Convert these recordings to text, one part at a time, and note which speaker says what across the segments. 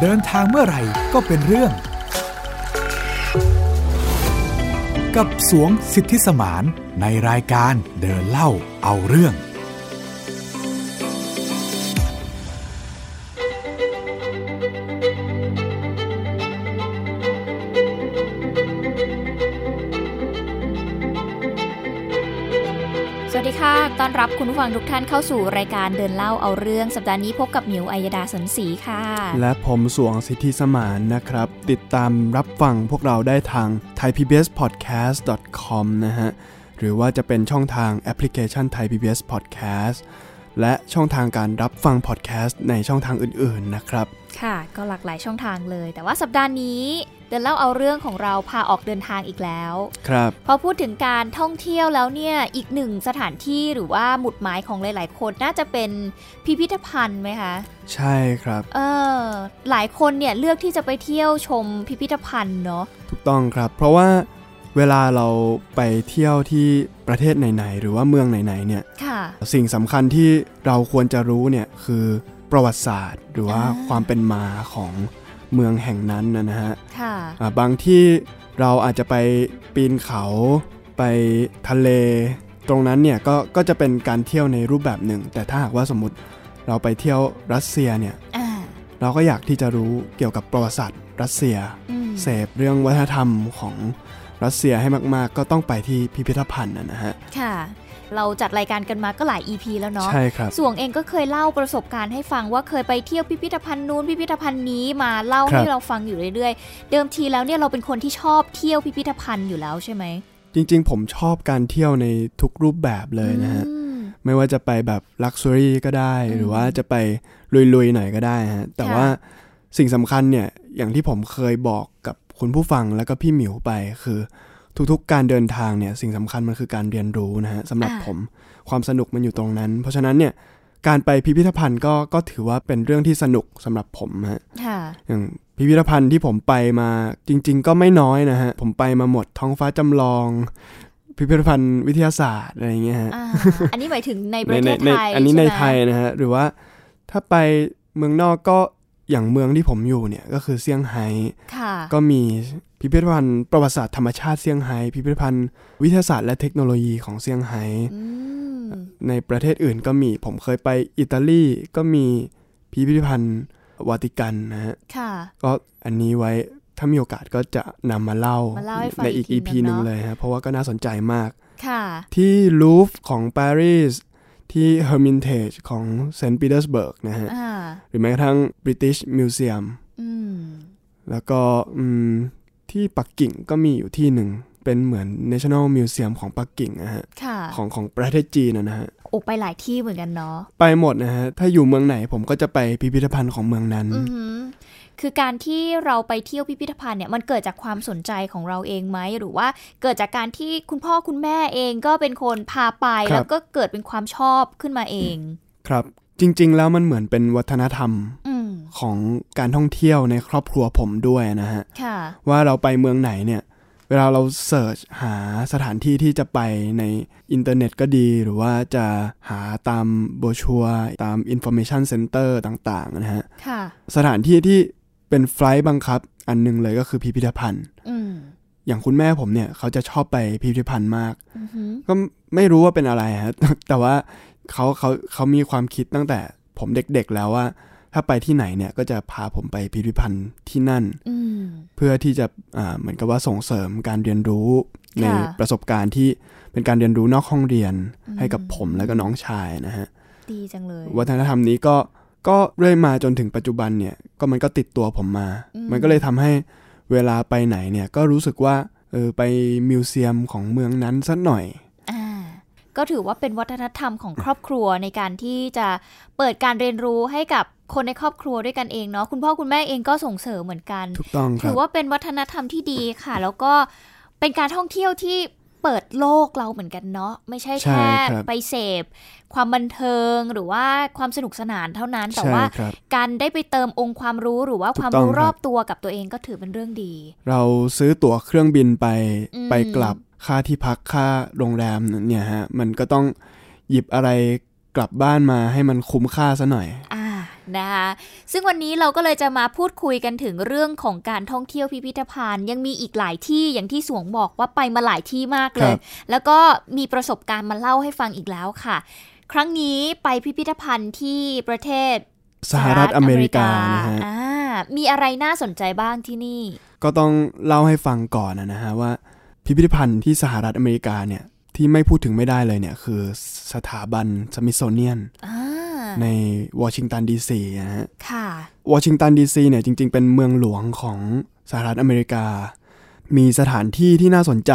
Speaker 1: เดินทางเมื่อไหร่ก็เป็นเรื่อง กับสวงสิทธิสมานในรายการเดินเล่าเอาเรื่อง
Speaker 2: สวัสดีค่ะ ต้อนรับคุณผู้ฟังทุกท่านเข้าสู่รายการเดินเล่าเอาเรื่อง สัปดาห์นี้พบกับหมิวอัยดาสนศรีค่ะ
Speaker 3: และผมสวงสิทธิสมานนะครับ ติดตามรับฟังพวกเราได้ทาง thaipbspodcast.com นะฮะ หรือว่าจะเป็นช่องทางแอปพลิเคชัน Thai PBS Podcast และช่องทางการรับฟัง podcast ในช่องทางอื่นๆนะครับ
Speaker 2: ค่ะ ก็หลากหลายช่องทางเลย แต่ว่าสัปดาห์นี้เดินเล่าเอาเรื่องของเราพาออกเดินทางอีกแล้ว
Speaker 3: ครับ
Speaker 2: พอพูดถึงการท่องเที่ยวแล้วเนี่ย อีกหนึ่งสถานที่หรือว่าหมุดหมายของหลาย ๆ คนน่าจะเป็นพิพิธภัณฑ์ไหมคะ
Speaker 3: ใช่ครับ
Speaker 2: เออ หลายคนเนี่ยเลือกที่จะไปเที่ยวชมพิพิธภัณฑ์เนาะ
Speaker 3: ถูกต้องครับ เพราะว่าเวลาเราไปเที่ยวที่ประเทศไหนๆ หรือว่าเมืองไหนๆ เนี่ย
Speaker 2: ค่ะ
Speaker 3: สิ่งสำคัญที่เราควรจะรู้เนี่ยคือประวัติศาสตร์ หรือว่า
Speaker 2: อ่า
Speaker 3: ความเป็นมาของเมืองแห่งนั้นนะนะฮะ
Speaker 2: ค่ะ
Speaker 3: อ่าบางที่เราอาจจะไปปีนเขาไปทะเล ตรงนั้นเนี่ยก็ก็จะเป็นการเที่ยวในรูปแบบหนึ่ง แต่ถ้าหากว่าสมมติเราไปเที่ยวรัสเซียเนี่ย
Speaker 2: อ่า
Speaker 3: เราก็อยากที่จะรู้เกี่ยวกับประวัติศาสตร์รัสเซีย
Speaker 2: อืม
Speaker 3: เสพเรื่องวัฒนธรรมของรัสเซียให้มาก ๆ ก็ต้องไปที่พิพิธภัณฑ์นะนะฮะ
Speaker 2: ค่ะ เราจัดรายการกันมาก็หลาย EP แล้วเนาะ
Speaker 3: ใช่ครับ
Speaker 2: สวงเองก็เคยเล่าประสบการณ์ให้ฟังว่าเคยไปเที่ยวพิพิธภัณฑ์นู้นพิพิธภัณฑ์นี้มาเล่า
Speaker 3: ครับ
Speaker 2: ให้เราฟังอยู่เรื่อยๆ เดิมทีแล้วเนี่ยเราเป็นคนที่ชอบเที่ยวพิพิธภัณฑ์อยู่แล้วใช่ไหม
Speaker 3: จริง ๆ ผมชอบการเที่ยวในทุกรูปแบบเลยนะฮะ
Speaker 2: อืม
Speaker 3: ไม่ว่าจะไปแบบลักชัวรี่ก็ได้
Speaker 2: อืม
Speaker 3: หรือว่าจะไปลุยๆหน่อยก็ได้ฮะแต่
Speaker 2: ค่ะ
Speaker 3: ว่าสิ่งสำคัญเนี่ย อย่างที่ผมเคยบอกกับคุณผู้ฟังแล้วก็พี่หมิวไปคือ ทุกๆการเดินทางเนี่ย สิ่งสำคัญมันคือการเรียนรู้นะฮะสำหรับผมความสนุกมันอยู่ตรงนั้น เพราะฉะนั้นเนี่ยการไปพิพิธภัณฑ์ก็ก็ถือว่าเป็นเรื่องที่สนุกสำหรับผมฮะ
Speaker 2: ค่ะ
Speaker 3: อย่างพิพิธภัณฑ์ที่ผมไปมาจริง ๆ ก็ไม่น้อยนะฮะผมไปมาหมดท้องฟ้าจำลอง พิพิธภัณฑ์วิทยาศาสตร์อะไรอย่างเงี้ยฮะ
Speaker 2: อ่า อันนี้หมายถึงในป
Speaker 3: ใน
Speaker 2: ระเทศ
Speaker 3: ในใน
Speaker 2: ไทย
Speaker 3: อันนี้
Speaker 2: ช่
Speaker 3: ใน
Speaker 2: หม
Speaker 3: ไทยนะฮะหรือว่าถ้าไปเมืองนอกก็อย่างเมืองที่ผมอยู่เนี่ยก็คือเซี่ยงไฮ้
Speaker 2: ค่ะ
Speaker 3: ก็มีพิพิธภัณฑ์ประวัติศาสตร์ธรรมชาติเซี่ยงไฮ้พิพิธภัณฑ์วิทยาศาสตร์และเทคโนโลยีของเซี่ยงไฮ้
Speaker 2: อืม
Speaker 3: ในประเทศอื่นก็มีผมเคยไปอิตาลีก็มีพิพิธภัณฑ์วาติกันนะฮะ
Speaker 2: ค่ะ
Speaker 3: ก็อันนี้ไว้ถ้ามีโอกาสก็จะนำมาเล่า
Speaker 2: มาเล่าให้ฟัง
Speaker 3: ในอีก
Speaker 2: อีก
Speaker 3: EP
Speaker 2: ที
Speaker 3: ห
Speaker 2: หนึ่
Speaker 3: นึ่
Speaker 2: งเนอะ
Speaker 3: งเลยฮะเพราะว่าก็น่าสนใจมาก
Speaker 2: ค่ะ
Speaker 3: ที่ลูฟของปารีสที่เฮอร์มินเทจของเซนต์ปีเตอร์สเบิร์กนะฮะ
Speaker 2: อ่า
Speaker 3: หรือแม้กระทั่งบริติชมิวเซียม
Speaker 2: อืม
Speaker 3: แล้วก็อืมที่ปักกิ่งก็มีอยู่ที่หนึ่ง เป็นเหมือน National Museum ของปักกิ่งนะฮะ
Speaker 2: ค่ะ
Speaker 3: ของของประเทศจีนนะนะฮะ
Speaker 2: โอไปหลายที่เหมือนกันเนาะ
Speaker 3: ไปหมดนะฮะ ถ้าอยู่เมืองไหนผมก็จะไปพิพิธภัณฑ์ของเมืองนั้น
Speaker 2: อือหือคือการที่เราไปเที่ยวพิพิธภัณฑ์เนี่ยมันเกิดจากความสนใจของเราเองไหมหรือว่าเกิดจากการที่คุณพ่อคุณแม่เองก็เป็นคนพาไป
Speaker 3: ครับ
Speaker 2: แล้วก็เกิดเป็นความชอบขึ้นมาเอง
Speaker 3: ครับ จริง ๆ แล้วมันเหมือนเป็นวัฒนธรรม
Speaker 2: อืม
Speaker 3: ของการท่องเที่ยวในครอบครัวผมด้วยนะฮะ
Speaker 2: ค่ะ
Speaker 3: ว่าเราไปเมืองไหนเนี่ย เวลาเราเสิร์ชหาสถานที่ที่จะไปในอินเทอร์เน็ตก็ดี หรือว่าจะหาตามโบชัวตาม Information Center ต่าง ๆ นะฮะ
Speaker 2: ค่ะ
Speaker 3: สถานที่ที่เป็นไฟลท์บังคับ อันหนึงเลยก็คือพิพิธภัณฑ์
Speaker 2: อืม
Speaker 3: อย่างคุณแม่ผมเนี่ย เขาจะชอบไปพิพิธภัณฑ์มาก
Speaker 2: อือหือ
Speaker 3: ก็ไม่รู้ว่าเป็นอะไรฮะ แต่ว่าเขาเขาเขามีความคิดตั้งแต่ผมเด็กๆแล้วว่า ถ้าไปที่ไหนเนี่ยก็จะพาผมไปพิพิธภัณฑ์ที่นั่น
Speaker 2: อืม
Speaker 3: เพื่อที่จะอ่าเหมือนกับว่าส่งเสริมการเรียนรู้ใน
Speaker 2: ค่ะ
Speaker 3: ประสบการณ์ที่เป็นการเรียนรู้นอกห้องเรียนให้กับผมและก็น้องชายนะฮะ
Speaker 2: ดีจังเลย
Speaker 3: วัฒนธรรมนี้ก็ก็เรื่อยมาจนถึงปัจจุบันเนี่ยก็มันก็ติดตัวผมมา
Speaker 2: อืม
Speaker 3: มันก็เลยทำให้เวลาไปไหนเนี่ยก็รู้สึกว่าเออไปมิวเซียมของเมืองนั้นสักหน่อย
Speaker 2: อ่าก็ถือว่าเป็นวัฒนธรรมของครอบครัวในการที่จะเปิดการเรียนรู้ให้กับคนในครอบครัวด้วยกันเองเนาะคุณพ่อคุณแม่เองก็ส่งเสริมเหมือนกัน
Speaker 3: ถูกต้องค
Speaker 2: ถื
Speaker 3: รั
Speaker 2: อบ ว่าเป็นวัฒนธรรมที่ดีค่ะ แล้วก็เป็นการท่องเที่ยวที่เปิดโลกเราเหมือนกันเนาะไม่ใช่
Speaker 3: ใช่
Speaker 2: แค่
Speaker 3: ครับ
Speaker 2: ไปเสพ ความบันเทิงหรือว่าความสนุกสนานเท่านั้น แต่
Speaker 3: ใช่
Speaker 2: ว่า
Speaker 3: ครับ
Speaker 2: การได้ไปเติมองค์ความรู้หรือว่า
Speaker 3: ถูก
Speaker 2: ความ
Speaker 3: ต้อง
Speaker 2: รู้
Speaker 3: ครับ
Speaker 2: รอบตัวกับตัวเองก็ถือเป็นเรื่องดี
Speaker 3: เราซื้อตั๋วเครื่องบินไป
Speaker 2: อืม
Speaker 3: ไปกลับค่าที่พักค่าโรงแรมเนี่ยฮะมันก็ต้องหยิบอะไรกลับบ้านมาให้มันคุ้มค่าซะหน่อย
Speaker 2: อ่า นะคะซึ่งวันนี้เราก็เลยจะมาพูดคุยกันถึงเรื่องของการท่องเที่ยวพิพิธภัณฑ์ ยังมีอีกหลายที่อย่างที่สวงบอกว่าไปมาหลายที่มากเลย
Speaker 3: ครับ
Speaker 2: แล้วก็มีประสบการณ์มาเล่าให้ฟังอีกแล้วค่ะ ครั้งนี้ไปพิพิธภัณฑ์ที่ประเทศ
Speaker 3: สหรัฐอเมริกานะฮะ
Speaker 2: อ่ามีอะไรน่าสนใจบ้างที่นี่
Speaker 3: ก็ต้องเล่าให้ฟังก่อนนะฮะว่า พิพิธภัณฑ์ที่สหรัฐอเมริกาเนี่ยที่ไม่พูดถึงไม่ได้เลยเนี่ยคือสถาบันสมิ t h เนียน
Speaker 2: อ่า
Speaker 3: ในวอชิงตันดีซีนะฮะ
Speaker 2: ค่ะ
Speaker 3: วอชิงตันดีซีเนี่ยจริงๆ เป็นเมืองหลวงของสหรัฐอเมริกา มีสถานที่ที่น่าสนใจ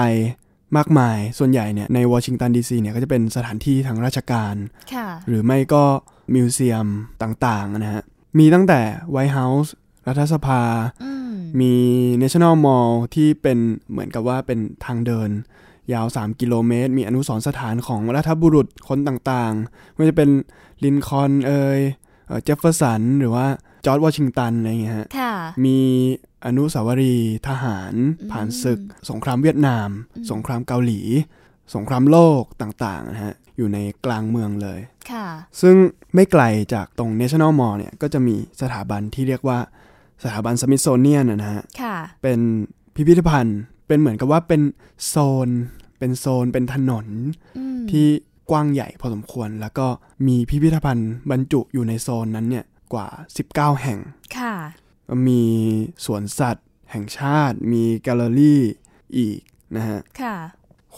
Speaker 3: มากมาย ส่วนใหญ่เนี่ยในวอชิงตันดีซีเนี่ยก็จะเป็นสถานที่ทางราชการ
Speaker 2: ค่ะ
Speaker 3: หรือไม่ก็มิวเซียมต่างๆนะฮะ มีตั้งแต่ไวท์เฮาส์รัฐสภา
Speaker 2: อืม
Speaker 3: มี National Mall ที่เป็นเหมือนกับว่าเป็นทางเดิน ยาว 3 กิโลเมตร มีอนุสรณ์สถานของรัฐบุรุษคนต่างๆ ไม่ว่าจะเป็นลินคอล์นเอยเอ่อเจฟเฟอร์สัน หรือว่าจอร์จวอชิงตันอะไรอย่างเงี้ยฮะ
Speaker 2: ค่ะ
Speaker 3: มีอนุสาวรีย์ทหาร
Speaker 2: อืม
Speaker 3: ผ่านศึก สงครามเวียดนาม
Speaker 2: อืม
Speaker 3: สงครามเกาหลี สงครามโลกต่างๆนะฮะ อยู่ในกลางเมืองเลย
Speaker 2: ค่ะ
Speaker 3: ซึ่งไม่ไกลจากตรง National Mall เนี่ย ก็จะมีสถาบันที่เรียกว่าสถาบัน Smithsonian นะฮะ
Speaker 2: ค่ะ
Speaker 3: เป็นพิพิธภัณฑ์ เป็นเหมือนกับว่าเป็นโซน เป็นโซน เป็นถนน
Speaker 2: อืม
Speaker 3: ที่กว้างใหญ่พอสมควร แล้วก็มีพิพิธภัณฑ์บรรจุอยู่ในโซนนั้นเนี่ยกว่า 19 แห่ง
Speaker 2: ค่ะ
Speaker 3: มีสวนสัตว์ แห่งชาติ มีแกลเลอรี่อีกนะฮะ
Speaker 2: ค่ะ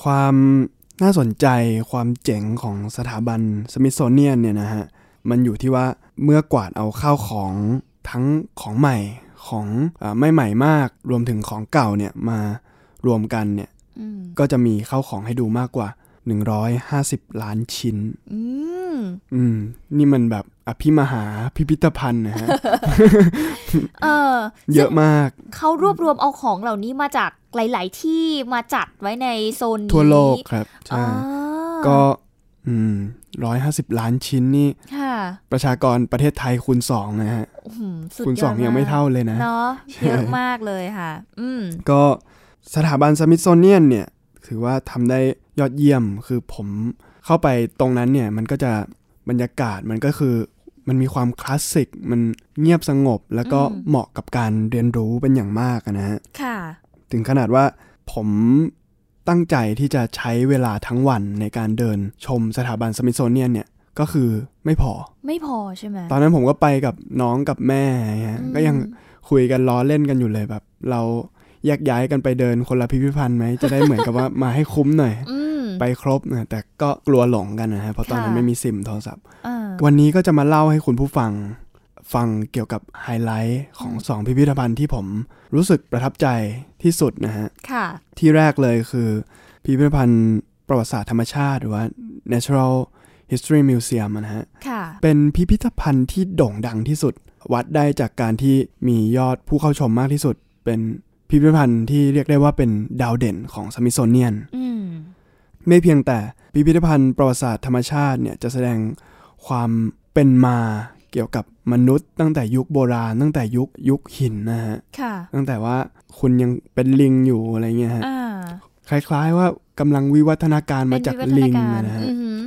Speaker 3: ความน่าสนใจความเจ๋งของสถาบันสมิ t h เนียนเนี่ยนะฮะ มันอยู่ที่ว่าเมื่อกวาดเอาข้าวของทั้งของใหม่ของเออไม่ใหม่มาก รวมถึงของเก่าเนี่ยมารวมกันเนี่ย
Speaker 2: อืม
Speaker 3: ก็จะมีข้าวของให้ดูมากกว่า 150 ล้านชิ้น
Speaker 2: อืม
Speaker 3: อืม นี่มันแบบอภิมหาพิพิธภัณฑ์นะ ฮะ
Speaker 2: เออ
Speaker 3: เยอะมาก
Speaker 2: เขารวบรวมเอาของเหล่านี้มาจากหลาย ๆ ที่มาจัดไว้ในโซนนี้
Speaker 3: ทั่วโลกครับ
Speaker 2: อ๋อ
Speaker 3: ใช่ก็อืมร้อยห้าสิบล้านชิ้นนี่
Speaker 2: ค่ะ
Speaker 3: ประชากรประเทศไทยคูณสองนะฮะ
Speaker 2: อื้อหืสุด
Speaker 3: คุณ
Speaker 2: ด
Speaker 3: สองยังไม่เท่าเลยนะ
Speaker 2: เนาะเยอะมากเลยค่ะ อืม
Speaker 3: ก็สถาบันสมิ t h เนียนเนี่ย ถือว่าทำได้ยอดเยี่ยมคือผมเข้าไปตรงนั้นเนี่ย มันก็จะบรรยากาศมันก็คือ มันมีความคลาสสิก มันเงียบสงบ แล้วก็
Speaker 2: อืม
Speaker 3: เหมาะกับการเรียนรู้เป็นอย่างมากอะนะฮะ
Speaker 2: ค่ะ
Speaker 3: ถึงขนาดว่าผมตั้งใจที่จะใช้เวลาทั้งวันในการเดินชมสถาบันสมิ t h เนียนเนี่ย ก็คือไม่พอ
Speaker 2: ไม่พอใช่ไหม
Speaker 3: ตอนนั้นผมก็ไปกับน้องกับแม่ฮะก็ยัง
Speaker 2: อืม
Speaker 3: คุยกันล้อเล่นกันอยู่เลยแบบ เราแยกย้ายกันไปเดินคนละพิพิธภัณฑ์ไหม จะได้เหมือนกับว่ามาให้คุ้ม หน่อย
Speaker 2: อืม
Speaker 3: ไปครบนะแต่ก็กลัวหลงกันนะฮะเพราะตอนนั้น
Speaker 2: ค่ะ
Speaker 3: ไม่มีซิมโทรศัพท์
Speaker 2: เออ
Speaker 3: วันนี้ก็จะมาเล่าให้คุณผู้ฟัง ฟังเกี่ยวกับไฮไลท์ของสองพิพิธภัณฑ์ที่ผมรู้สึกประทับใจที่สุดนะฮะ
Speaker 2: ค่ะ
Speaker 3: ที่แรกเลยคือพิพิธภัณฑ์ประวัติศาสตร์ธรรมชาติหรือว่า Natural History Museum อะนะฮะ
Speaker 2: ค่ะ
Speaker 3: เป็นพิพิธภัณฑ์ที่โด่งดังที่สุด วัดได้จากการที่มียอดผู้เข้าชมมากที่สุด เป็นพิพิธภัณฑ์ที่เรียกได้ว่าเป็นดาวเด่นของสมิโซเนียน
Speaker 2: อืม
Speaker 3: ไม่เพียงแต่พิพิธภัณฑ์ประวัติศาสตร์ธรรมชาติเนี่ยจะแสดงความเป็นมาเกี่ยวกับมนุษย์ ตั้งแต่ยุคโบราณ ตั้งแต่ยุคยุคหินนะฮะ
Speaker 2: ค่ะ
Speaker 3: ตั้งแต่ว่าคุณยังเป็นลิงอยู่อะไรเงี้ยฮะ
Speaker 2: อ่า
Speaker 3: คล้ายๆว่ากำลังวิวัฒนาการมาจากลิง
Speaker 2: เป็นวิวัฒนากา
Speaker 3: อะ
Speaker 2: ร
Speaker 3: นะฮะ
Speaker 2: อือหือ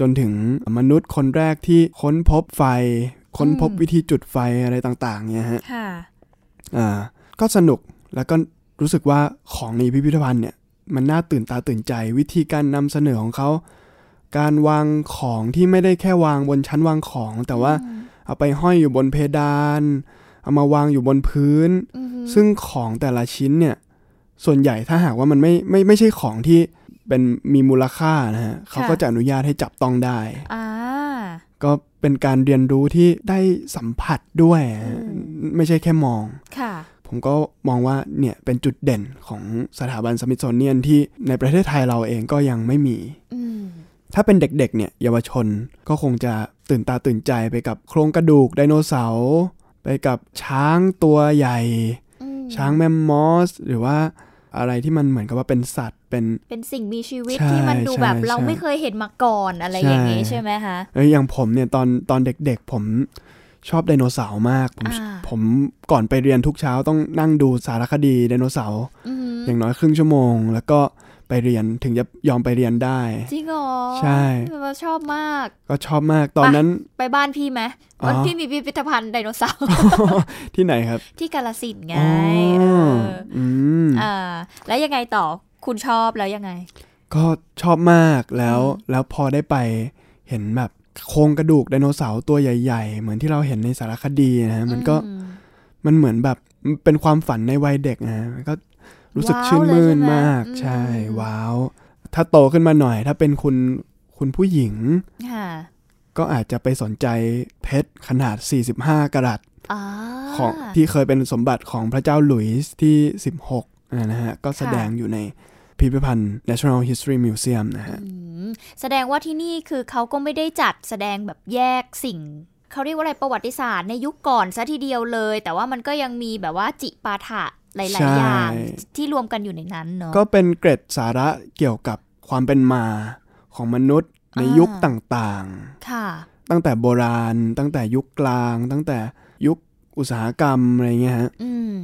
Speaker 3: จนถึงมนุษย์คนแรกที่ค้นพบไฟ ค้นพบ
Speaker 2: อืม
Speaker 3: วิธีจุดไฟอะไรต่างๆเนี่ยฮะ
Speaker 2: ค่ะ
Speaker 3: อ่าก็สนุกแล้วก็รู้สึกว่าของในพิพิธภัณฑ์เนี่ยมันน่าตื่นตาตื่นใจวิธีการนำเสนอของเขา การวางของที่ไม่ได้แค่วางบนชั้นวางของ แต่ว่า
Speaker 2: อืม
Speaker 3: เอาไปห้อยอยู่บนเพดาน เอามาวางอยู่บนพื้น
Speaker 2: อือหือ
Speaker 3: ซึ่งของแต่ละชิ้นเนี่ยส่วนใหญ่ถ้าหากว่ามันไม่ไม่ไม่ใช่ของที่เป็นมีมูลค่านะฮะเขา
Speaker 2: ค่ะ
Speaker 3: ก็จะอนุญาตให้จับต้องได้
Speaker 2: อ่า
Speaker 3: ก็เป็นการเรียนรู้ที่ได้สัมผัสด้วยฮะ
Speaker 2: อืม
Speaker 3: ไม่ใช่แค่มอง
Speaker 2: ค่ะ
Speaker 3: ผมก็มองว่าเนี่ยเป็นจุดเด่นของสถาบันสมิ t h เนียนที่ในประเทศไทยเราเองก็ยังไม่มี
Speaker 2: อืม
Speaker 3: ถ้าเป็นเด็กๆเนี่ยเยาวชนก็คงจะตื่นตาตื่นใจไปกับโครงกระดูกไดโนเสาร์ไปกับช้างตัวใหญ่
Speaker 2: อืม
Speaker 3: ช้างแมมมอส หรือว่าอะไรที่มันเหมือนกับว่าเป็นสัตว์เป็น
Speaker 2: เป็นสิ่งมีชีวิต
Speaker 3: ใช่
Speaker 2: ที่มันดูแบบ
Speaker 3: ใช่
Speaker 2: เรา
Speaker 3: ใช่
Speaker 2: ไม่เคยเห็นมาก่อนอะไรอย่างนี้
Speaker 3: ใช่
Speaker 2: ใช่ไหมคะ
Speaker 3: เอ้ยอย่างผมเนี่ยตอนตอนเด็กๆ ผมชอบไดโนเสาร์มาก ผม
Speaker 2: อ่า
Speaker 3: ผมก่อนไปเรียนทุกเช้าต้องนั่งดูสารคดีไดโนเสาร์
Speaker 2: อืม
Speaker 3: อย่างน้อยครึ่งชั่วโมง แล้วก็ ไปเรียนถึงจะยอมไปเรียนได้
Speaker 2: จริงเหรอ
Speaker 3: ใช่
Speaker 2: แบบว่าชอบมาก
Speaker 3: ก็ชอบมากตอนนั้น
Speaker 2: ไปบ้านพี่ไหม
Speaker 3: อ๋อ
Speaker 2: วันพี่มีพิพิธภัณฑ์ไดโนเสาร์
Speaker 3: ที่ไหนครับ
Speaker 2: ที่กาลสินธุ์ไง
Speaker 3: อ๋อ
Speaker 2: เออ
Speaker 3: อืม
Speaker 2: อ่า แล้วยังไงต่อคุณชอบแล้วยังไง
Speaker 3: ก็ชอบมากแล้วแล้วพอได้ไปเห็นแบบโครงกระดูกไดโนเสาร์ตัวใหญ่ ๆ เหมือนที่เราเห็นในสารคดีนะฮะมันก็
Speaker 2: อืม
Speaker 3: มันเหมือนแบบมันเป็นความฝันในวัยเด็กนะฮะก็รู้สึก
Speaker 2: ว้าว
Speaker 3: ชื่นมื่นมาก
Speaker 2: เลยใช่
Speaker 3: ใช่
Speaker 2: ไหมอืม
Speaker 3: ว้าว ถ้าโตขึ้นมาหน่อย ถ้าเป็นคุณคุณผู้หญิง
Speaker 2: ค่ะ
Speaker 3: ก็อาจจะไปสนใจเพชรขนาด 45 กรัต
Speaker 2: อ่า
Speaker 3: ของที่เคยเป็นสมบัติของพระเจ้าหลุยส์ที่ 16อ่ะนะฮะก็แส
Speaker 2: ค่ะ
Speaker 3: ดงอยู่ในพิพิธภัณฑ์ National History Museum นะฮะ
Speaker 2: อืมแสดงว่าที่นี่คือเขาก็ไม่ได้จัดแสดงแบบแยกสิ่ง เขาเรียกว่าอะไรประวัติศาสตร์ในยุคก่อนซะทีเดียวเลย แต่ว่ามันก็ยังมีแบบว่าจิปาถะห
Speaker 3: ใช่
Speaker 2: ลายๆอย่างที่รวมกันอยู่ในนั้นเนาะ
Speaker 3: ก็เป็นเกร็ดสาระเกี่ยวกับความเป็นมาของมนุษย์ใน
Speaker 2: อ่ายุ
Speaker 3: ยุคต่าง
Speaker 2: ค่ะ
Speaker 3: ๆ ตั้งแต่โบราณ ตั้งแต่ยุคกลาง ตั้งแต่ยุคอุตสาหกรรมอะไรเงี้ยฮะ
Speaker 2: อืม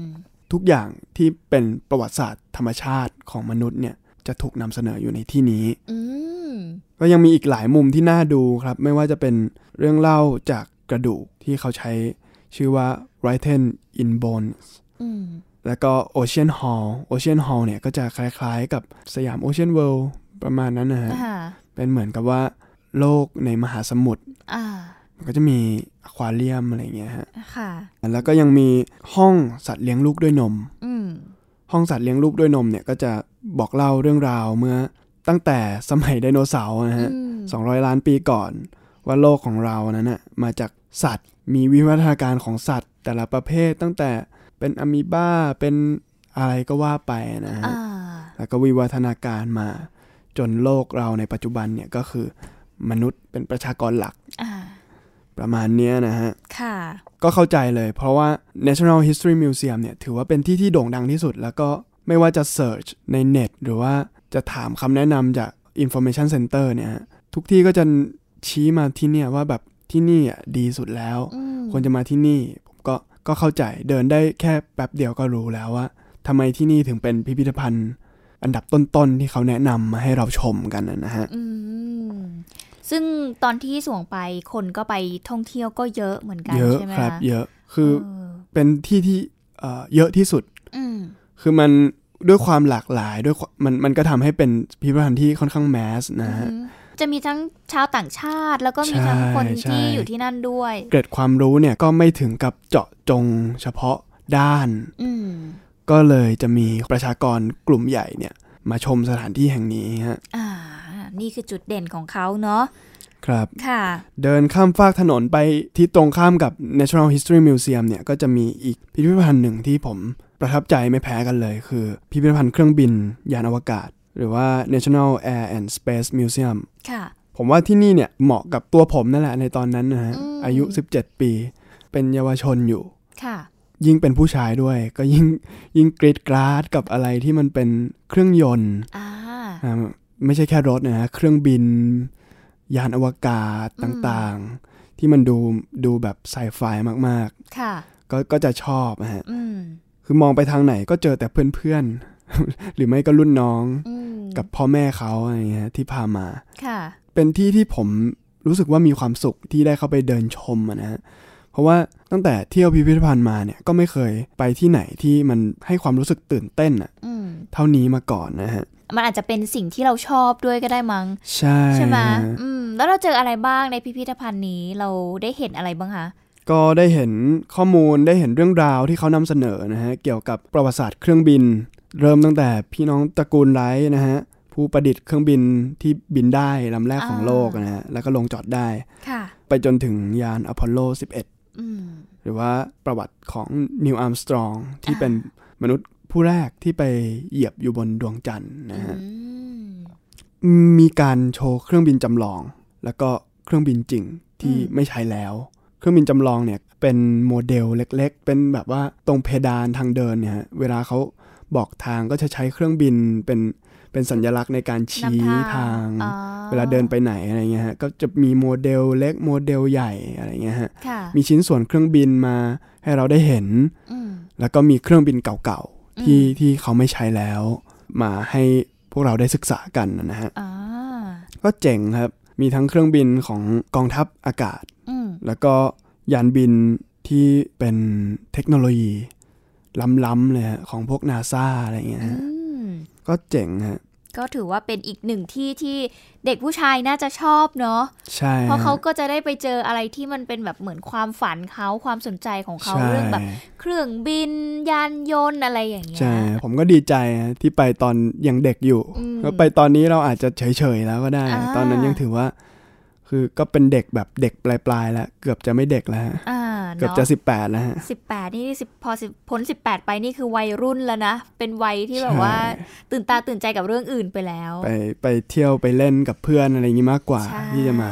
Speaker 3: ทุกอย่างที่เป็นประวัติศาสตร์ธรรมชาติของมนุษย์เนี่ยจะถูกนำเสนออยู่ในที่นี้
Speaker 2: อืม
Speaker 3: ก็ยังมีอีกหลายมุมที่น่าดูครับ ไม่ว่าจะเป็นเรื่องเล่าจากกระดูกที่เขาใช้ชื่อว่า r i t e n in Bone
Speaker 2: อืม
Speaker 3: แล้วก็ Ocean Hall Ocean Hall เนี่ยก็จะคล้ายๆ กับสยาม Ocean World ประมาณนั้นนะฮะ
Speaker 2: อ่า
Speaker 3: เป็นเหมือนกับว่าโลกในมหาสมุทร
Speaker 2: อ่า
Speaker 3: มันก็จะมีอควาเรียมอะไรอย่างเงี้ยฮะ
Speaker 2: ค่ะ
Speaker 3: แล้วก็ยังมีห้องสัตว์เลี้ยงลูกด้วยนม
Speaker 2: อืม
Speaker 3: ห้องสัตว์เลี้ยงลูกด้วยนมเนี่ยก็จะบอกเล่าเรื่องราวเมื่อตั้งแต่สมัยไดโนเสาร์นะฮะ
Speaker 2: อืม
Speaker 3: สองร้อยล้านปีก่อน ว่าโลกของเรานั้นน่ะมาจากสัตว์ มีวิวัฒนาการของสัตว์ แต่ละประเภทตั้งแต่เป็นอะมีบ้าเป็นอะไรก็ว่าไปนะฮะ
Speaker 2: อ่า
Speaker 3: แล้วก็วิวัฒนาการมาจนโลกเราในปัจจุบันเนี่ยก็คือมนุษย์เป็นประชากรหลัก
Speaker 2: อ่า
Speaker 3: ประมาณเนี้ยนะฮะ
Speaker 2: ค่ะ
Speaker 3: ก็เข้าใจเลยเพราะว่า National History Museum เนี่ยถือว่าเป็นที่ที่โด่งดังที่สุด แล้วก็ไม่ว่าจะ Search ในเน็ตหรือว่าจะถามคำแนะนำจาก Information Center เนี่ยฮะทุกที่ก็จะชี้มาที่เนี่ยว่าแบบที่นี่อ่ะดีสุดแล้ว
Speaker 2: อืม
Speaker 3: ควรจะมาที่นี่ผมก็ก็เข้าใจเดินได้แค่แป๊บเดียวก็รู้แล้วว่าทำไมที่นี่ถึงเป็นพิพิธภัณฑ์ อันดับต้นๆที่เขาแนะนำมาให้เราชมกันนะนะฮะ
Speaker 2: อืม ซึ่งตอนที่ส่วงไปคนก็ไปท่องเที่ยวก็เยอะเหมือนกัน
Speaker 3: เยอะ
Speaker 2: ใช่ไหม
Speaker 3: ครับ
Speaker 2: คะ
Speaker 3: เยอะคือ
Speaker 2: เออ
Speaker 3: เป็นที่ที่เอ่อเยอะที่สุด
Speaker 2: อืม
Speaker 3: คือมันด้วยความหลากหลายด้วยความมันมันก็ทำให้เป็นพิพิธภัณฑ์ที่ค่อนข้างแมสนะฮะ
Speaker 2: อืมจะมีทั้งชาวต่างชาติ แล้วก็มีทั้งคน
Speaker 3: ใช่
Speaker 2: ที่อยู่ที่นั่นด้วย
Speaker 3: เกร็ดความรู้เนี่ยก็ไม่ถึงกับเจาะจงเฉพาะด้าน
Speaker 2: อืม
Speaker 3: ก็เลยจะมีประชากรกลุ่มใหญ่เนี่ยมาชมสถานที่แห่งนี้ฮะ
Speaker 2: อ่า นี่คือจุดเด่นของเขาเนาะ
Speaker 3: ครับ
Speaker 2: ค่ะ
Speaker 3: เดินข้ามฟากถนนไปที่ตรงข้ามกับ National History Museum เนี่ยก็จะมีอีกพิพิธภัณฑ์หนึ่งที่ผมประทับใจไม่แพ้กันเลย คือพิพิธภัณฑ์เครื่องบินยานอวกาศ หรือว่า National Air and Space Museum
Speaker 2: ค่ะ
Speaker 3: ผมว่าที่นี่เนี่ยเหมาะกับตัวผมนั่นแหละในตอนนั้นนะฮะ
Speaker 2: อืม
Speaker 3: อายุ 17 ปี เป็นเยาวชนอยู่
Speaker 2: ค่ะ
Speaker 3: ยิ่งเป็นผู้ชายด้วย ก็ยิ่งยิ่งกรีดกราดกับอะไรที่มันเป็นเครื่องยนต์
Speaker 2: อ่า
Speaker 3: อ่าไม่ใช่แค่รถนะฮะเครื่องบิน ยานอวกาศ
Speaker 2: อืม
Speaker 3: ต่างๆ ที่มันดูดูแบบไซไฟมาก
Speaker 2: ค่ะ
Speaker 3: ๆ ก็ก็จะชอบนะฮะ
Speaker 2: อืม
Speaker 3: คือมองไปทางไหนก็เจอแต่เพื่อนๆ หรือไม่ก็รุ่นน้อง
Speaker 2: อืม
Speaker 3: กับพ่อแม่เขาอะไรอย่างเงี้ยที่พามา
Speaker 2: ค่ะ
Speaker 3: เป็นที่ที่ผมรู้สึกว่ามีความสุขที่ได้เข้าไปเดินชมอะนะฮะ เพราะว่าตั้งแต่เที่ยวพิพิธภัณฑ์มาเนี่ยก็ไม่เคยไปที่ไหนที่มันให้ความรู้สึกตื่นเต้นอะ
Speaker 2: อืม
Speaker 3: เท่านี้มาก่อนนะฮะ
Speaker 2: มันอาจจะเป็นสิ่งที่เราชอบด้วยก็ได้มั้ง
Speaker 3: ใช่
Speaker 2: ใช่ไหม
Speaker 3: ฮะ
Speaker 2: อืม แล้วเราเจออะไรบ้างในพิพิธภัณฑ์นี้เราได้เห็นอะไรบ้างคะ
Speaker 3: ก็ได้เห็นข้อมูลได้เห็นเรื่องราวที่เขานำเสนอนะฮะ เกี่ยวกับประวัติศาสตร์เครื่องบิน เริ่มตั้งแต่พี่น้องตระกูลไรท์นะฮะผู้ประดิษฐ์เครื่องบินที่บินได้ลำแรกของ
Speaker 2: อ่า
Speaker 3: โลกนะฮะแล้วก็ลงจอดได้
Speaker 2: ค่ะ
Speaker 3: ไปจนถึงยานอพอลโล 11
Speaker 2: อืม
Speaker 3: หรือว่าประวัติของนิวอัมสตรองที่
Speaker 2: อ่า
Speaker 3: เป็นมนุษย์ผู้แรกที่ไปเหยียบอยู่บนดวงจันทร์นะฮะ
Speaker 2: อืม
Speaker 3: มีการโชว์เครื่องบินจำลอง แล้วก็เครื่องบินจริงที่
Speaker 2: อืม
Speaker 3: ไม่ใช้แล้ว เครื่องบินจำลองเนี่ยเป็นโมเดลเล็กๆ เป็นแบบว่าตรงเพดานทางเดินเนี่ยฮะเวลาเขาบอกทางก็จะใช้เครื่องบินเป็นเป็นสัญลักษณ์ในการชี้
Speaker 2: นำ
Speaker 3: ทาง
Speaker 2: อ๋อ
Speaker 3: เวลาเดินไปไหนอะไรเงี้ยฮะก็จะมีโมเดลเล็กโมเดลใหญ่อะไรเงี้ยฮะ
Speaker 2: ค่ะ
Speaker 3: มีชิ้นส่วนเครื่องบินมาให้เราได้เห็น
Speaker 2: อืม
Speaker 3: แล้วก็มีเครื่องบินเก่าๆ ที่ที่เขาไม่ใช้แล้ว มาให้ พวกเราได้ศึกษากันนะฮะ
Speaker 2: อ่า
Speaker 3: ก็เจ๋งครับมีทั้งเครื่องบินของกองทัพอากาศ
Speaker 2: อืม
Speaker 3: แล้วก็ยานบินที่เป็นเทคโนโลยีล้ำๆเลยฮะของพวกนาซาอะไรอย่างเงี้ย
Speaker 2: อื
Speaker 3: ฮะ
Speaker 2: ม
Speaker 3: ก็เจ๋งฮะ
Speaker 2: ก็ถือว่าเป็นอีกหนึ่งที่ที่เด็กผู้ชายน่าจะชอบเนาะ
Speaker 3: ใช่
Speaker 2: เพราะเขา
Speaker 3: ฮะ
Speaker 2: ก็จะได้ไปเจออะไรที่มันเป็นแบบเหมือนความฝันเขาความสนใจของเขา
Speaker 3: ใช่
Speaker 2: เรื่องแบบเครื่องบินยานยนต์อะไรอย่างเงี้ย
Speaker 3: ใช่ผมก็ดีใจฮะที่ไปตอนยังเด็กอยู่
Speaker 2: อืม
Speaker 3: ก็ไปตอนนี้เราอาจจะเฉยๆแล้วก็ได้
Speaker 2: อ่า
Speaker 3: ตอนนั้นยังถือว่า คือก็เป็นเด็กแบบเด็กปลายๆแล้วเกือบจะไม่เด็กแล้วฮะ
Speaker 2: อ่า
Speaker 3: เกือบ
Speaker 2: เนาะ
Speaker 3: จะสิบแปดแล้วฮะ
Speaker 2: สิบแปดนี่สิบพอสิบพ้นสิบแปดไปนี่คือวัยรุ่นแล้วนะ เป็นวัยที่แบบว่า
Speaker 3: ใช่
Speaker 2: ตื่นตาตื่นใจกับเรื่องอื่นไปแล้ว
Speaker 3: ไปไปเที่ยวไปเล่นกับเพื่อนอะไรอย่างงี้มากกว่า
Speaker 2: ใช่
Speaker 3: ที่จะมา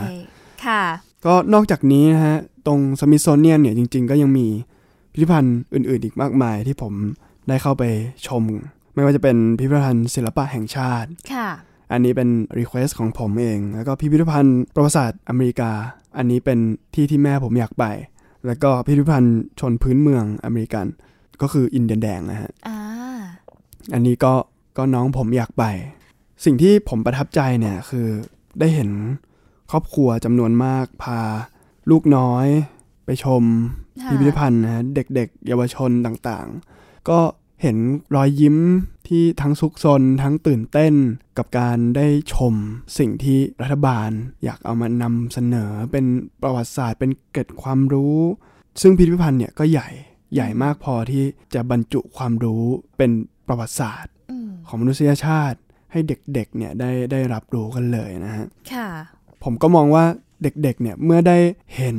Speaker 2: ค่ะ
Speaker 3: ก็นอกจากนี้นะฮะ ตรงสมิ t โซเนียนเนี่ยจริงๆ ก็ยังมีพิพิธภัณฑ์อื่นๆ อีกมากมายที่ผมได้เข้าไปชม ไม่ว่าจะเป็นพิพิธภัณฑ์ศิลปะแห่งชาติ
Speaker 2: ค่ะ
Speaker 3: อันนี้เป็นรีเควสของผมเอง แล้วก็พิพิธภัณฑ์ประวัติศาสตร์อเมริกา อันนี้เป็นที่ที่แม่ผมอยากไป แล้วก็พิพิธภัณฑ์ชนพื้นเมืองอเมริกัน ก็คืออินเดียนแดงนะฮะ
Speaker 2: อ่า
Speaker 3: อันนี้ก็ก็น้องผมอยากไป สิ่งที่ผมประทับใจเนี่ยคือได้เห็นครอบครัวจำนวนมากพาลูกน้อย ไปชม
Speaker 2: ค่ะ
Speaker 3: พิพิธภัณฑ์นะฮะเด็กๆ เยาวชนต่างๆ ก็เห็นรอยยิ้มที่ทั้งซุกซนทั้งตื่นเต้นกับการได้ชมสิ่งที่รัฐบาลอยากเอามานำเสนอเป็นประวัติศาสตร์เป็นเกร็ดความรู้ ซึ่งพิพิธภัณฑ์เนี่ยก็ใหญ่ใหญ่มากพอที่จะบรรจุความรู้เป็นประวัติศาสตร์
Speaker 2: อืม
Speaker 3: ของมนุษยชาติให้เด็กๆเนี่ยได้ได้รับรู้กันเลยนะฮะ
Speaker 2: ค่ะ
Speaker 3: ผมก็มองว่าเด็กๆเนี่ยเมื่อได้เห็น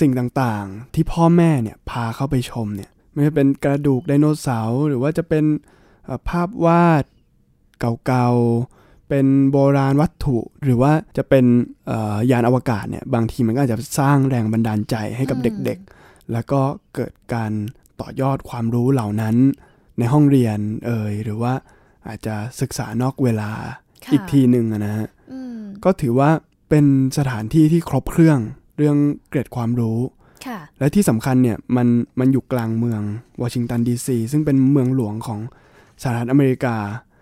Speaker 3: สิ่งต่างๆ ที่พ่อแม่เนี่ยพาเข้าไปชมเนี่ยไม่ว่าเป็นกระดูกไดโนเสาร์หรือว่าจะเป็นเอ่อภาพวาดเก่าๆ เป็นโบราณวัตถุ หรือว่าจะเป็นเอ่อยานอวกาศเนี่ยบางทีมันก็อาจจะสร้างแรงบันดาลใจให้กับ
Speaker 2: อืม
Speaker 3: เด็กๆ แล้วก็เกิดการต่อยอดความรู้เหล่านั้น ในห้องเรียนเอ่ยหรือว่าอาจจะศึกษานอกเวลา
Speaker 2: ค่ะ
Speaker 3: อีกทีหนึ่งอะนะฮะ
Speaker 2: อืม
Speaker 3: ก็ถือว่าเป็นสถานที่ที่ครบเครื่องเรื่องเกร็ดความรู้
Speaker 2: ค่ะ
Speaker 3: และที่สำคัญเนี่ยมันมันอยู่กลางเมืองวอชิงตันดีซีซึ่งเป็นเมืองหลวงของสหรัฐอเมริกา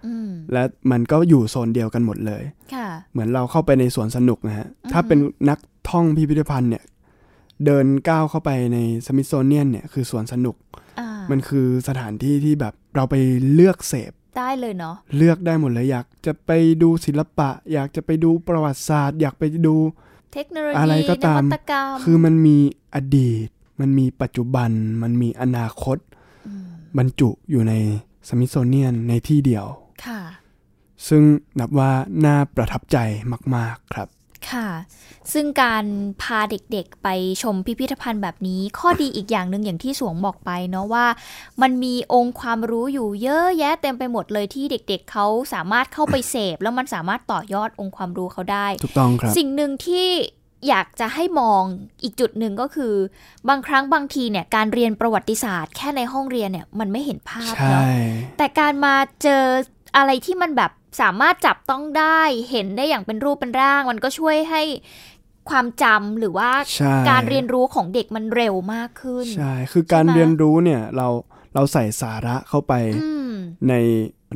Speaker 2: อืม
Speaker 3: และมันก็อยู่โซนเดียวกันหมดเลย
Speaker 2: ค่ะ
Speaker 3: เหมือนเราเข้าไปในสวนสนุกนะฮะ
Speaker 2: อือฮึ
Speaker 3: ถ้าเป็นนักท่องพิพิธภัณฑ์เนี่ยเดินก้าวเข้าไปในสมิ t โซเนียนเนี่ยคือสวนสนุก
Speaker 2: อ่า
Speaker 3: มันคือสถานที่ที่แบบเราไปเลือกเสพ
Speaker 2: ได้เลยเนาะ
Speaker 3: เลือกได้หมดเลยอยากจะไปดูศิลปะ อยากจะไปดูประวัติศาสตร์ อยากไปดู
Speaker 2: เทคโนโล
Speaker 3: อะไร
Speaker 2: ยี
Speaker 3: ก็
Speaker 2: น
Speaker 3: ตาม
Speaker 2: วัตกรรม
Speaker 3: คือมันมีอดีต มันมีปัจจุบัน มันมีอนาคต
Speaker 2: ม
Speaker 3: บรรจุอยู่ในสมิ t โซเนียนในที่เดียว
Speaker 2: ค่ะ
Speaker 3: ซึ่งนับว่าน่าประทับใจมาก ๆ ครับ
Speaker 2: ค่ะ ซึ่งการพาเด็กๆ ไปชมพิพิธภัณฑ์แบบนี้ ข้อดีอีกอย่างหนึ่งอย่างที่สวงบอกไปเนาะว่า มันมีองค์ความรู้อยู่เยอะแยะเต็มไปหมดเลยที่เด็กๆเขาสามารถเข้าไปเสพ แล้วมันสามารถต่อยอดองค์ความรู้เขาได้
Speaker 3: ถูกต้องครับ
Speaker 2: สิ่งหนึ่งที่อยากจะให้มองอีกจุดหนึ่งก็คือ บางครั้งบางทีเนี่ยการเรียนประวัติศาสตร์ แค่ในห้องเรียนเนี่ยมันไม่เห็นภาพ
Speaker 3: ใช่
Speaker 2: เนาะ แต่การมาเจออะไรที่มันแบบสามารถจับต้องได้เห็นได้อย่างเป็นรูปเป็นร่าง มันก็ช่วยให้ความจำหรือว่า
Speaker 3: ใช่
Speaker 2: การเรียนรู้ของเด็กมันเร็วมากขึ้น
Speaker 3: ใช่ คือการ
Speaker 2: ใช่ไหม
Speaker 3: เรียนรู้เนี่ยเราเราใส่สาระเข้าไป
Speaker 2: อืม
Speaker 3: ใน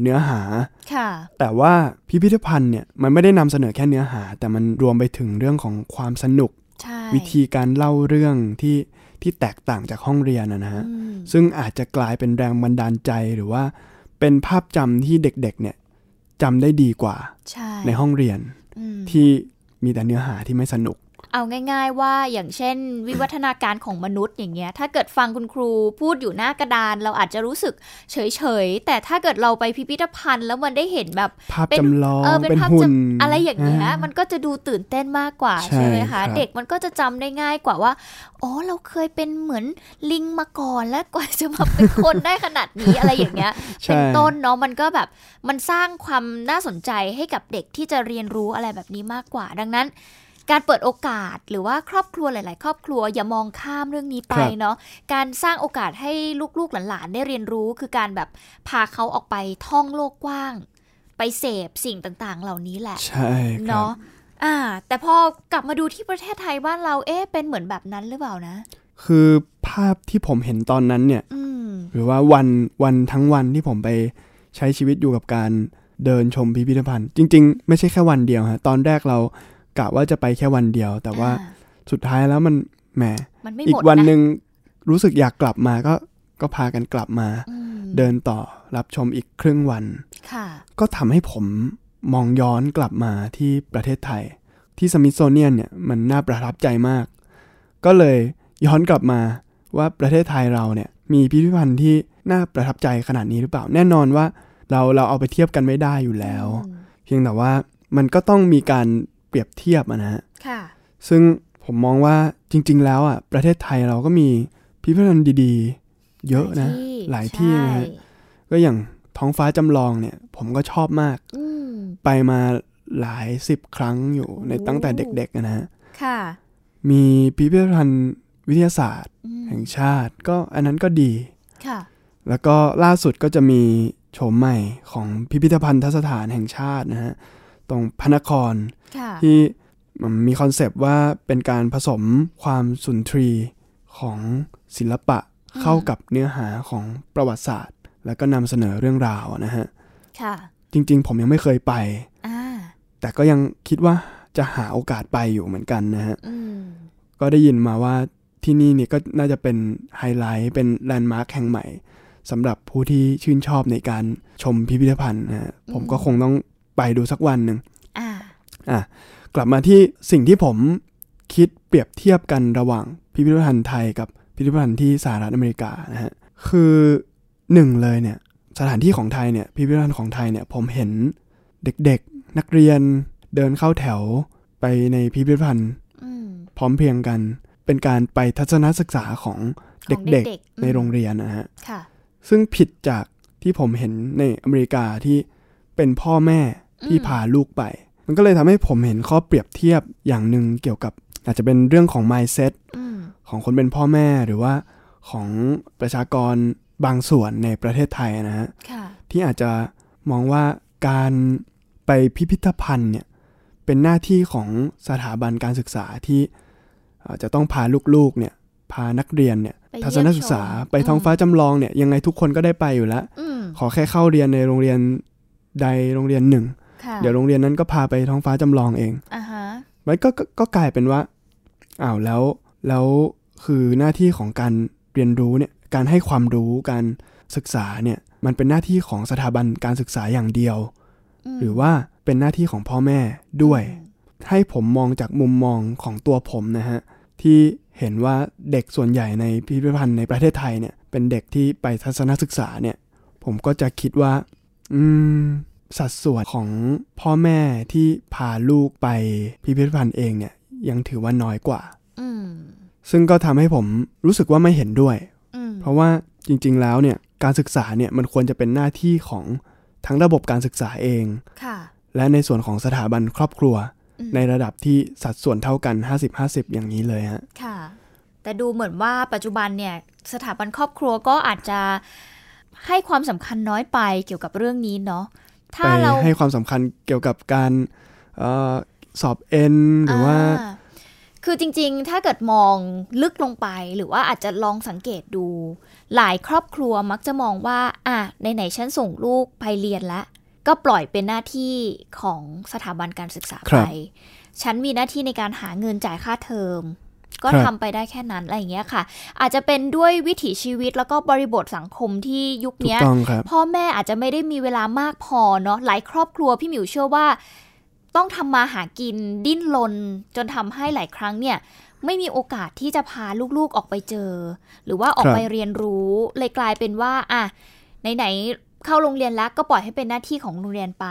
Speaker 3: เนื้อหา
Speaker 2: ค่ะ
Speaker 3: แต่ว่าพิพิธภัณฑ์เนี่ยมันไม่ได้นำเสนอแค่เนื้อหา แต่มันรวมไปถึงเรื่องของความสนุก
Speaker 2: ใช่
Speaker 3: วิธีการเล่าเรื่องที่ที่แตกต่างจากห้องเรียนนะนะฮะ
Speaker 2: อืม
Speaker 3: ซึ่งอาจจะกลายเป็นแรงบันดาลใจหรือว่าเป็นภาพจำที่เด็กๆเนี่ยจำได้ดีกว่า
Speaker 2: ใช่
Speaker 3: ในห้องเรียน
Speaker 2: อืม
Speaker 3: ที่มีแต่เนื้อหาที่ไม่สนุก
Speaker 2: เอาง่าย ๆ ว่าอย่างเช่น วิวัฒนาการของมนุษย์อย่างเงี้ย ถ้าเกิดฟังคุณครูพูดอยู่หน้ากระดาน เราอาจจะรู้สึกเฉยๆแต่ถ้าเกิดเราไปพิพิธภัณฑ์ แล้วมันได้เห็นแบบ
Speaker 3: ภาพ
Speaker 2: เป็น
Speaker 3: จำลอง
Speaker 2: เออเป็น
Speaker 3: เป็น
Speaker 2: ภาพ
Speaker 3: หุ่น
Speaker 2: จำอะไรอย่างเงี้ยมันก็จะดูตื่นเต้นมากกว่า
Speaker 3: ใช่
Speaker 2: ใช่ไหมคะ
Speaker 3: ครับ
Speaker 2: เด็กมันก็จะจำได้ง่ายกว่าว่าอ๋อเราเคยเป็นเหมือนลิงมาก่อนและกว่าจะมาเป็นคนได้ขนาดนี้ อะไรอย่างเงี้ยเป็น
Speaker 3: ใช่
Speaker 2: ต้นเนาะมันก็แบบมันสร้างความน่าสนใจให้กับเด็กที่จะเรียนรู้อะไรแบบนี้มากกว่า ดังนั้น การเปิดโอกาสหรือว่าครอบครัวหลาย ๆ ครอบครัวอย่ามองข้ามเรื่องนี้ไปเนาะการสร้างโอกาสให้ลูก ๆ หลาน ๆ ได้เรียนรู้ คือการแบบพาเขาออกไปท่องโลกกว้าง ไปเสพสิ่งต่างๆ เหล่านี้แหละ
Speaker 3: ใช่ครับ
Speaker 2: เนาะ อ่า แต่พอกลับมาดูที่ประเทศไทยบ้านเรา เอ๊ะ เป็นเหมือนแบบนั้นหรือเปล่านะ
Speaker 3: คือภาพที่ผมเห็นตอนนั้นเนี่ย
Speaker 2: อืม
Speaker 3: หรือว่าวันวันทั้งวันที่ผมไปใช้ชีวิตอยู่กับการ เดินชมพิพิธภัณฑ์ จริง ๆ ไม่ใช่แค่วันเดียวฮะตอนแรกเรากะว่าจะไปแค่วันเดียว แต่ว่า
Speaker 2: อ่
Speaker 3: สุดท้ายแล้วมันแหม
Speaker 2: มันไม่
Speaker 3: อี
Speaker 2: หม
Speaker 3: ก
Speaker 2: ด
Speaker 3: วันห
Speaker 2: นะ
Speaker 3: นึ่งรู้สึกอยากกลับมาก็ก็พากันกลับมา
Speaker 2: อืม
Speaker 3: เดินต่อรับชมอีกครึ่งวัน
Speaker 2: ค่ะ
Speaker 3: ก็ทำให้ผมมองย้อนกลับมาที่ประเทศไทย ที่สมิธโซเนียนเนี่ยมันน่าประทับใจมาก ก็เลยย้อนกลับมาว่าประเทศไทยเราเนี่ยมีพิพิธภัณฑ์ที่น่าประทับใจขนาดนี้หรือเปล่า แน่นอนว่าเราเราเอาไปเทียบกันไม่ได้อยู่แล้ว
Speaker 2: อืม
Speaker 3: เพียงแต่ว่ามันก็ต้องมีการเปรียบเทียบอะนะฮะ
Speaker 2: ค่ะ
Speaker 3: ซึ่งผมมองว่าจริง ๆ แล้วอ่ะประเทศไทยเราก็มีพิพิธภัณฑ์ดีๆ เยอะนะ หลายที่นะฮะ
Speaker 2: ใช่
Speaker 3: ก็อย่างท้องฟ้าจำลองเนี่ยผมก็ชอบมาก
Speaker 2: อืม
Speaker 3: ไปมาหลายสิบครั้งอยู่ใน
Speaker 2: โอ้
Speaker 3: ตั้งแต่เด็กๆอะนะฮะ
Speaker 2: ค่ะ
Speaker 3: มีพิพิธภัณฑ์วิทยาศาสตร์
Speaker 2: อืม
Speaker 3: แห่งชาติ ก็อันนั้นก็ดี
Speaker 2: ค่ะ
Speaker 3: แล้วก็ล่าสุดก็จะมีโฉมใหม่ของพิพิธภัณฑสถานแห่งชาตินะฮะ ตรงพระนคร
Speaker 2: ค่ะ
Speaker 3: ที่มันมีคอนเซปต์ว่าเป็นการผสมความสุนทรีย์ของศิลปะ
Speaker 2: อืม
Speaker 3: เข้ากับเนื้อหาของประวัติศาสตร์ แล้วก็นำเสนอเรื่องราวนะฮะ
Speaker 2: ค่ะ
Speaker 3: จริงๆ ผมยังไม่เคยไป
Speaker 2: อ่า
Speaker 3: แต่ก็ยังคิดว่าจะหาโอกาสไปอยู่เหมือนกันนะฮะ
Speaker 2: อืม
Speaker 3: ก็ได้ยินมาว่าที่นี่เนี่ยก็น่าจะเป็นไฮไลท์ เป็นแลนด์มาร์คแห่งใหม่สำหรับผู้ที่ชื่นชอบในการชมพิพิธภัณฑ์นะฮะผมก็คงต้องไปดูสักวันหนึ่ง
Speaker 2: อ่า
Speaker 3: กลับมาที่สิ่งที่ผมคิดเปรียบเทียบกันระหว่างพิพิธภัณฑ์ไทยกับพิพิธภัณฑ์ที่สหรัฐอเมริกานะฮะคือหนึ่งเลยเนี่ยสถานที่ของไทยเนี่ยพิพิธภัณฑ์ของไทยเนี่ยผมเห็นเด็กๆ นักเรียนเดินเข้าแถวไปในพิพิธภัณฑ์
Speaker 2: อืม
Speaker 3: พร้อมเพรียงกัน เป็นการไปทัศนศึกษาของ
Speaker 2: ข
Speaker 3: เ
Speaker 2: อง
Speaker 3: ด็ก
Speaker 2: อื
Speaker 3: ๆ
Speaker 2: ม
Speaker 3: ในโรงเรียนนะฮะ
Speaker 2: ค่ะ
Speaker 3: ซึ่งผิดจากที่ผมเห็นในอเมริกาที่เป็นพ่อแม่ ที่
Speaker 2: อืม
Speaker 3: พาลูกไป มันก็เลยทำให้ผมเห็นข้อเปรียบเทียบอย่างหนึ่งเกี่ยวกับ อาจจะเป็นเรื่องของ mindset
Speaker 2: อืม
Speaker 3: ของคนเป็นพ่อแม่หรือว่าของประชากรบางส่วนในประเทศไทยนะฮะ
Speaker 2: ค่ะ
Speaker 3: ที่อาจจะมองว่าการไปพิพิธภัณฑ์เนี่ยเป็นหน้าที่ของสถาบันการศึกษาที่อาจจะต้องพาลูกๆเนี่ยพานักเรียนเนี่ย
Speaker 2: ไปเยี่ยม
Speaker 3: ทัศนศึกษา
Speaker 2: ชม
Speaker 3: ไปท้อง
Speaker 2: อืม
Speaker 3: ฟ้าจำลองเนี่ยยังไงทุกคนก็ได้ไปอยู่แล้ว
Speaker 2: อืม
Speaker 3: ขอแค่เข้าเรียนในโรงเรียนใดโรงเรียนหนึ่ง
Speaker 2: ค่ะ
Speaker 3: เดี๋ยวโรงเรียนนั้นก็พาไปท้องฟ้าจำลองเอง
Speaker 2: อ่าฮะ
Speaker 3: มันก็ก็ก็กลายเป็นว่า อ้าวแล้ว แล้วคือหน้าที่ของการเรียนรู้เนี่ย การให้ความรู้ การศึกษาเนี่ย มันเป็นหน้าที่ของสถาบันการศึกษาอย่างเดียว
Speaker 2: ม
Speaker 3: หรือว่าเป็นหน้าที่ของพ่อแม่ด้วย
Speaker 2: อืม
Speaker 3: ให้ผมมองจากมุมมองของตัวผมนะฮะ ที่เห็นว่าเด็กส่วนใหญ่ในพิพิธภัณฑ์ในประเทศไทยเนี่ย เป็นเด็กที่ไปทัศนศึกษาเนี่ย ผมก็จะคิดว่า อืม สัดส่วนของพ่อแม่ที่พาลูกไปพิพิธภัณฑ์เองเนี่ย ยังถือว่าน้อยกว่า
Speaker 2: อืม
Speaker 3: ซึ่งก็ทำให้ผมรู้สึกว่าไม่เห็นด้วย
Speaker 2: อืม
Speaker 3: เพราะว่าจริง ๆ แล้วเนี่ยการศึกษาเนี่ยมันควรจะเป็นหน้าที่ของทั้งระบบการศึกษาเอง
Speaker 2: ค่ะ
Speaker 3: และในส่วนของสถาบันครอบครัว
Speaker 2: อืม
Speaker 3: ในระดับที่สัดส่วนเท่ากัน 50-50 อย่างนี้เลยฮะ
Speaker 2: ค่ะ แต่ดูเหมือนว่าปัจจุบันเนี่ย สถาบันครอบครัวก็อาจจะให้ความสำคัญน้อยไปเกี่ยวกับเรื่องนี้เนาะถ้า
Speaker 3: ไป
Speaker 2: เรา
Speaker 3: ให้ความสำคัญเกี่ยวกับการเออสอบเอ็นหรือว่า
Speaker 2: อ่คือจริงๆ ถ้าเกิดมองลึกลงไป หรือว่าอาจจะลองสังเกตดู หลายครอบครัวมักจะมองว่า อ่ะไหนๆฉันส่งลูกไปเรียนแล้ว ก็ปล่อยเป็นหน้าที่ของสถาบันการศึกษาไป ฉันมีหน้าที่ในการหาเงินจ่ายค่าเทอม ก็ทำไปได้แค่นั้นอะไรอย่างเงี้ยค่ะ อาจจะเป็นด้วยวิถีชีวิตแล้วก็บริบทสังคมที่ยุค
Speaker 3: ถูก
Speaker 2: เนี้ย
Speaker 3: ต้องครับ
Speaker 2: พ่อแม่อาจจะไม่ได้มีเวลามากพอเนาะหลายครอบครัวพี่หมิวเชื่อว่า ต้องทำมาหากินดิ้นรนจนทำให้หลายครั้งเนี่ย ไม่มีโอกาสที่จะพาลูกๆออกไปเจอ หรือว่าออกไป
Speaker 3: ครับ
Speaker 2: เรียนรู้ เลยกลายเป็นว่าอ่ะไหนๆเข้าโรงเรียนแล้วก็ปล่อยให้เป็นหน้าที่ของโรงเรียนไป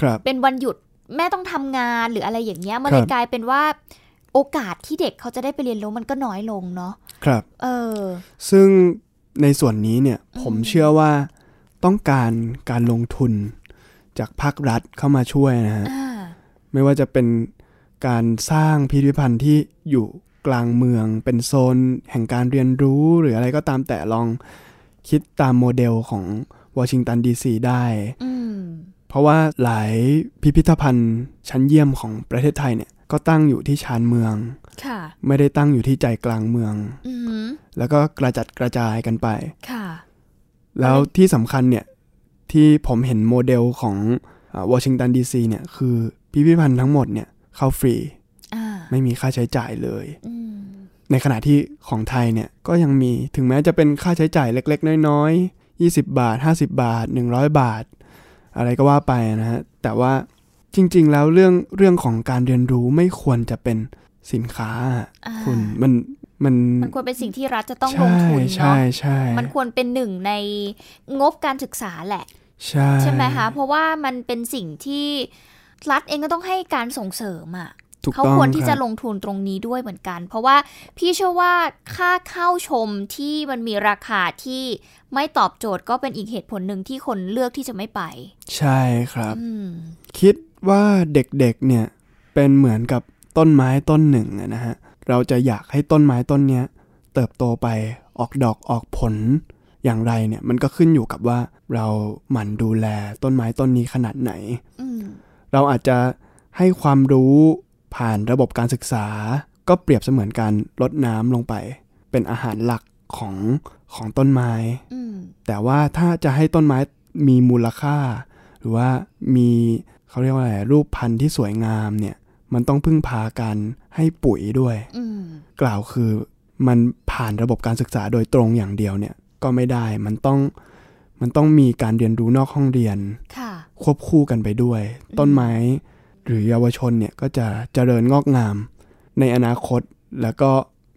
Speaker 3: ครับ
Speaker 2: เป็นวันหยุดแม่ต้องทำงานหรืออะไรอย่างเงี้ยมัน
Speaker 3: ครั
Speaker 2: เล
Speaker 3: บ
Speaker 2: ยกลายเป็นว่า โอกาสที่เด็กเขาจะได้ไปเรียนรู้มันก็น้อยลงเนาะ
Speaker 3: ครับ
Speaker 2: เออ
Speaker 3: ซึ่งในส่วนนี้เนี่ย
Speaker 2: อืม
Speaker 3: ผมเชื่อว่าต้องการการลงทุนจากภาครัฐเข้ามาช่วยนะฮะ
Speaker 2: อ่า
Speaker 3: ไม่ว่าจะเป็นการสร้างพิพิธภัณฑ์ที่อยู่กลางเมือง เป็นโซนแห่งการเรียนรู้ หรืออะไรก็ตามแต่ลองคิดตามโมเดลของวอชิงตันดีซีได้
Speaker 2: อืม
Speaker 3: เพราะว่าหลายพิพิธภัณฑ์ชั้นเยี่ยมของประเทศไทยเนี่ยก็ตั้งอยู่ที่ชานเมือง
Speaker 2: ค่ะ
Speaker 3: ไม่ได้ตั้งอยู่ที่ใจกลางเมือง
Speaker 2: อืม
Speaker 3: แล้วก็กระจัดกระจายกันไป
Speaker 2: ค่ะ
Speaker 3: แล้วที่สำคัญเนี่ย ที่ผมเห็นโมเดลของวอชิงตันดีซีเนี่ยคือพิพิธภัณฑ์ทั้งหมดเนี่ยเข้าฟรี
Speaker 2: อ่า
Speaker 3: ไม่มีค่าใช้จ่ายเลย
Speaker 2: อืม
Speaker 3: ในขณะที่ของไทยเนี่ยก็ยังมีถึงแม้จะเป็นค่าใช้จ่ายเล็กๆ น้อยๆ 20 บาท 50 บาท 100 บาท อะไรก็ว่าไปนะฮะ แต่ว่าจริงๆ แล้วเรื่องเรื่องของการเรียนรู้ไม่ควรจะเป็นสินค้าอะ
Speaker 2: อ่า
Speaker 3: คุณมันมัน
Speaker 2: มันควรเป็นสิ่งที่รัฐจะต้องล
Speaker 3: ใช่
Speaker 2: งทุนเนาะ
Speaker 3: ใช่ใช่
Speaker 2: มันควรเป็นหนึ่งในงบการศึกษาแหละ
Speaker 3: ใช่
Speaker 2: ใช่ไหมคะ เพราะว่ามันเป็นสิ่งที่รัฐเองก็ต้องให้การส่งเสริมอ่ะ
Speaker 3: ถูก
Speaker 2: เขา
Speaker 3: ต้อง
Speaker 2: ควรที่
Speaker 3: ค
Speaker 2: จะ
Speaker 3: รับ
Speaker 2: ลงทุนตรงนี้ด้วยเหมือนกัน เพราะว่าพี่เชื่อว่าค่าเข้าชมที่มันมีราคาที่ไม่ตอบโจทย์ก็เป็นอีกเหตุผลหนึ่งที่คนเลือกที่จะไม่ไป
Speaker 3: ใช่ครับ
Speaker 2: อืม
Speaker 3: คิดว่าเด็กๆ เนี่ยเป็นเหมือนกับต้นไม้ต้นหนึ่งอะนะฮะ เราจะอยากให้ต้นไม้ต้นเนี้ยเติบโตไปออกดอกออกผลอย่างไรเนี่ยมันก็ขึ้นอยู่กับว่าเราหมั่นดูแลต้นไม้ต้นนี้ขนาดไหน
Speaker 2: อืม
Speaker 3: เราอาจจะให้ความรู้ผ่านระบบการศึกษา ก็เปรียบเสมือนการลดน้ำลงไป เป็นอาหารหลักของของต้นไม้
Speaker 2: อืม
Speaker 3: แต่ว่าถ้าจะให้ต้นไม้มีมูลค่า หรือว่ามีเขาเรียกว่าอะไรรูปพันธุ์ที่สวยงามเนี่ย มันต้องพึ่งพาการให้ปุ๋ยด้วย
Speaker 2: อืม
Speaker 3: กล่าวคือมันผ่านระบบการศึกษาโดยตรงอย่างเดียวเนี่ยก็ไม่ได้มันต้องมันต้องมีการเรียนรู้นอกห้องเรียน
Speaker 2: ค่ะ
Speaker 3: ควบคู่กันไปด้วย ต้นไม้ หรือเยาวชนเนี่ยก็จะเจริญงอกงาม ในอนาคตแล้วก็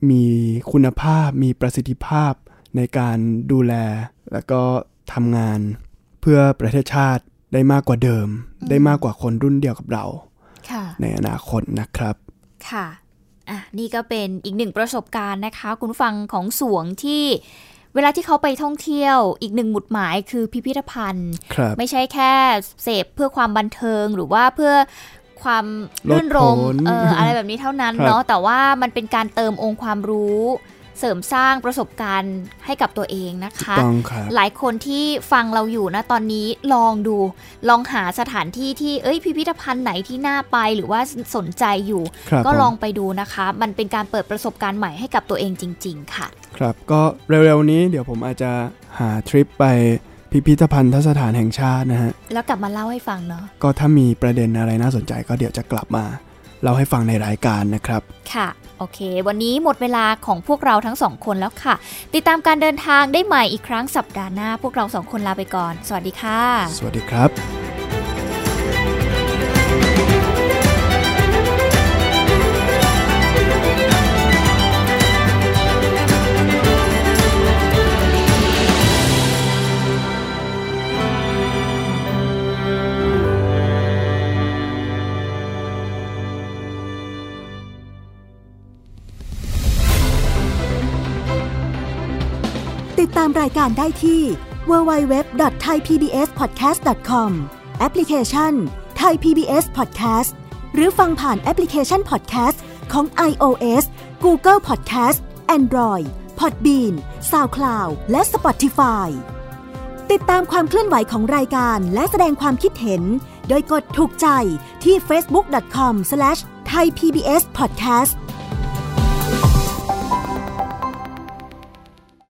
Speaker 3: มีคุณภาพมีประสิทธิภาพในการดูแล แล้วก็ทำงานเพื่อประเทศชาติได้มากกว่าเดิม
Speaker 2: อืม
Speaker 3: ได้มากกว่าคนรุ่นเดียวกับเรา
Speaker 2: ค่ะ
Speaker 3: ในอนาคตนะครับ
Speaker 2: ค่ะ อ่ะ นี่ก็เป็นอีกหนึ่งประสบการณ์นะคะ คุณผู้ฟังของสวงที่ เวลาที่เขาไปท่องเที่ยว อีกหนึ่งหมุดหมายคือพิพิธภัณฑ์
Speaker 3: ครับ
Speaker 2: ไม่ใช่แค่เสพเพื่อความบันเทิงหรือว่าเพื่อความรื่นรม
Speaker 3: ลดผล
Speaker 2: เอออะไรแบบนี้เท่านั้น
Speaker 3: ครับ
Speaker 2: เนาะแต่ว่ามันเป็นการเติมองค์ความรู้ เสริมสร้างประสบการณ์ให้กับตัวเองนะ
Speaker 3: ถูก
Speaker 2: คะ
Speaker 3: ต้องครับ
Speaker 2: หลายคนที่ฟังเราอยู่นะตอนนี้ลองดู ลองหาสถานที่ที่เอ้ยพิพิธภัณฑ์ไหนที่น่าไปหรือว่าสนใจอยู่
Speaker 3: ครับ
Speaker 2: ก็
Speaker 3: ผม
Speaker 2: ลองไปดูนะคะ มันเป็นการเปิดประสบการณ์ใหม่ให้กับตัวเองจริง ๆ ค่ะ
Speaker 3: ครับก็เร็วๆนี้เดี๋ยวผมอาจจะหาทริปไปพิพิธภัณฑสถานแห่งชาตินะฮะ
Speaker 2: แล้วกลับมาเล่าให้ฟังเนาะ
Speaker 3: ก็ถ้ามีประเด็นอะไรน่าสนใจก็เดี๋ยวจะกลับมาเล่าให้ฟังในรายการนะครับ
Speaker 2: ค่ะ โอเค วันนี้หมดเวลาของพวกเราทั้งสองคนแล้วค่ะ ติดตามการเดินทางได้ใหม่อีกครั้งสัปดาห์หน้า พวกเราสองคนลาไปก่อน สวัสดีค่ะ
Speaker 3: สวัสดีครับ
Speaker 4: ติดตามรายการได้ที่ www.thaipbspodcast.com แอปพลิเคชัน Thai PBS Podcast หรือฟังผ่านแอปพลิเคชัน Podcast ของ iOS Google Podcast Android Podbean SoundCloud และ Spotify ติดตามความเคลื่อนไหวของรายการและแสดงความคิดเห็น โดยกดถูกใจที่ facebook.com/thaipbspodcast